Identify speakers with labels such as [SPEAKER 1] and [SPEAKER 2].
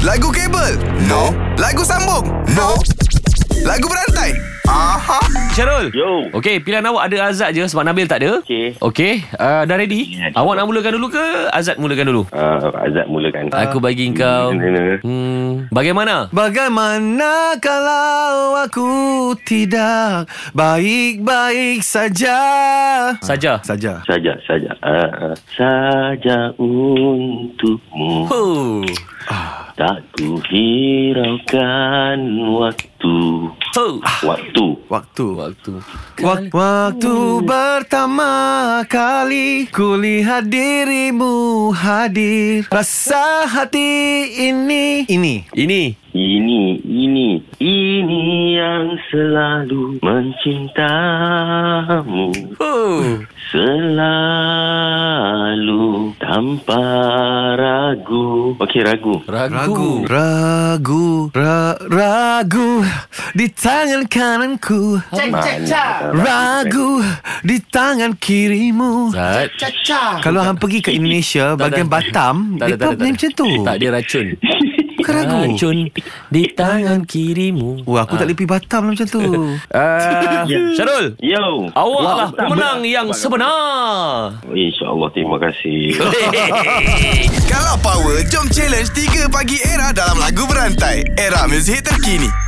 [SPEAKER 1] Lagu kabel? No. Lagu sambung? No. Lagu berantai? Aha.
[SPEAKER 2] Syarul
[SPEAKER 3] Yo.
[SPEAKER 2] Okey, pilihan awak ada Azad je sebab Nabil tak ada.
[SPEAKER 3] Okey.
[SPEAKER 2] Okey, uh, dah ready?
[SPEAKER 3] Ya,
[SPEAKER 2] awak nak mulakan dulu ke Azad mulakan dulu?
[SPEAKER 3] Uh, Azad mulakan.
[SPEAKER 2] Aku bagi kau. Hmm, bagaimana?
[SPEAKER 4] Bagaimana kalau aku tidak baik-baik saja?
[SPEAKER 2] Saja.
[SPEAKER 4] Saja.
[SPEAKER 3] Saja, saja. Uh, saja untukmu.
[SPEAKER 4] Oh.
[SPEAKER 2] Ho.
[SPEAKER 3] Tak ku hiraukan waktu.
[SPEAKER 2] Ho.
[SPEAKER 3] Waktu.
[SPEAKER 4] Waktu.
[SPEAKER 2] Waktu.
[SPEAKER 4] Wak- waktu pertama kali kulihat dirimu hadir. Rasa hati ini. Ini.
[SPEAKER 2] Ini.
[SPEAKER 3] Ini, ini, ini yang selalu mencintamu.
[SPEAKER 4] Oh.
[SPEAKER 2] Ho.
[SPEAKER 3] Selalu tanpa ragu. Okey, ragu.
[SPEAKER 2] Ragu.
[SPEAKER 4] Ragu. Ra- ragu. Di tangan kananku.
[SPEAKER 5] Cek cek cek.
[SPEAKER 4] Ragu di tangan kirimu.
[SPEAKER 2] Zat.
[SPEAKER 4] Kalau hang pergi ke
[SPEAKER 2] Ah,
[SPEAKER 4] Indonesia
[SPEAKER 2] Tak
[SPEAKER 4] bahagian
[SPEAKER 2] ada.
[SPEAKER 4] Batam,
[SPEAKER 2] Tak ada, tak
[SPEAKER 4] mereka
[SPEAKER 2] ada,
[SPEAKER 4] punya
[SPEAKER 2] tak
[SPEAKER 4] macam tu.
[SPEAKER 2] Tak dia racun.
[SPEAKER 4] Bukan ragu.
[SPEAKER 2] Racun di tangan kirimu.
[SPEAKER 4] Wah, aku tak boleh pergi Batam lah macam tu.
[SPEAKER 2] Ah, Syarul.
[SPEAKER 3] Yo.
[SPEAKER 2] Awak lah
[SPEAKER 3] tak
[SPEAKER 2] pemenang yang sebenar.
[SPEAKER 3] InsyaAllah terima kasih
[SPEAKER 1] Kalau power, jom challenge 3 pagi era dalam lagu berantai. Era muzik terkini.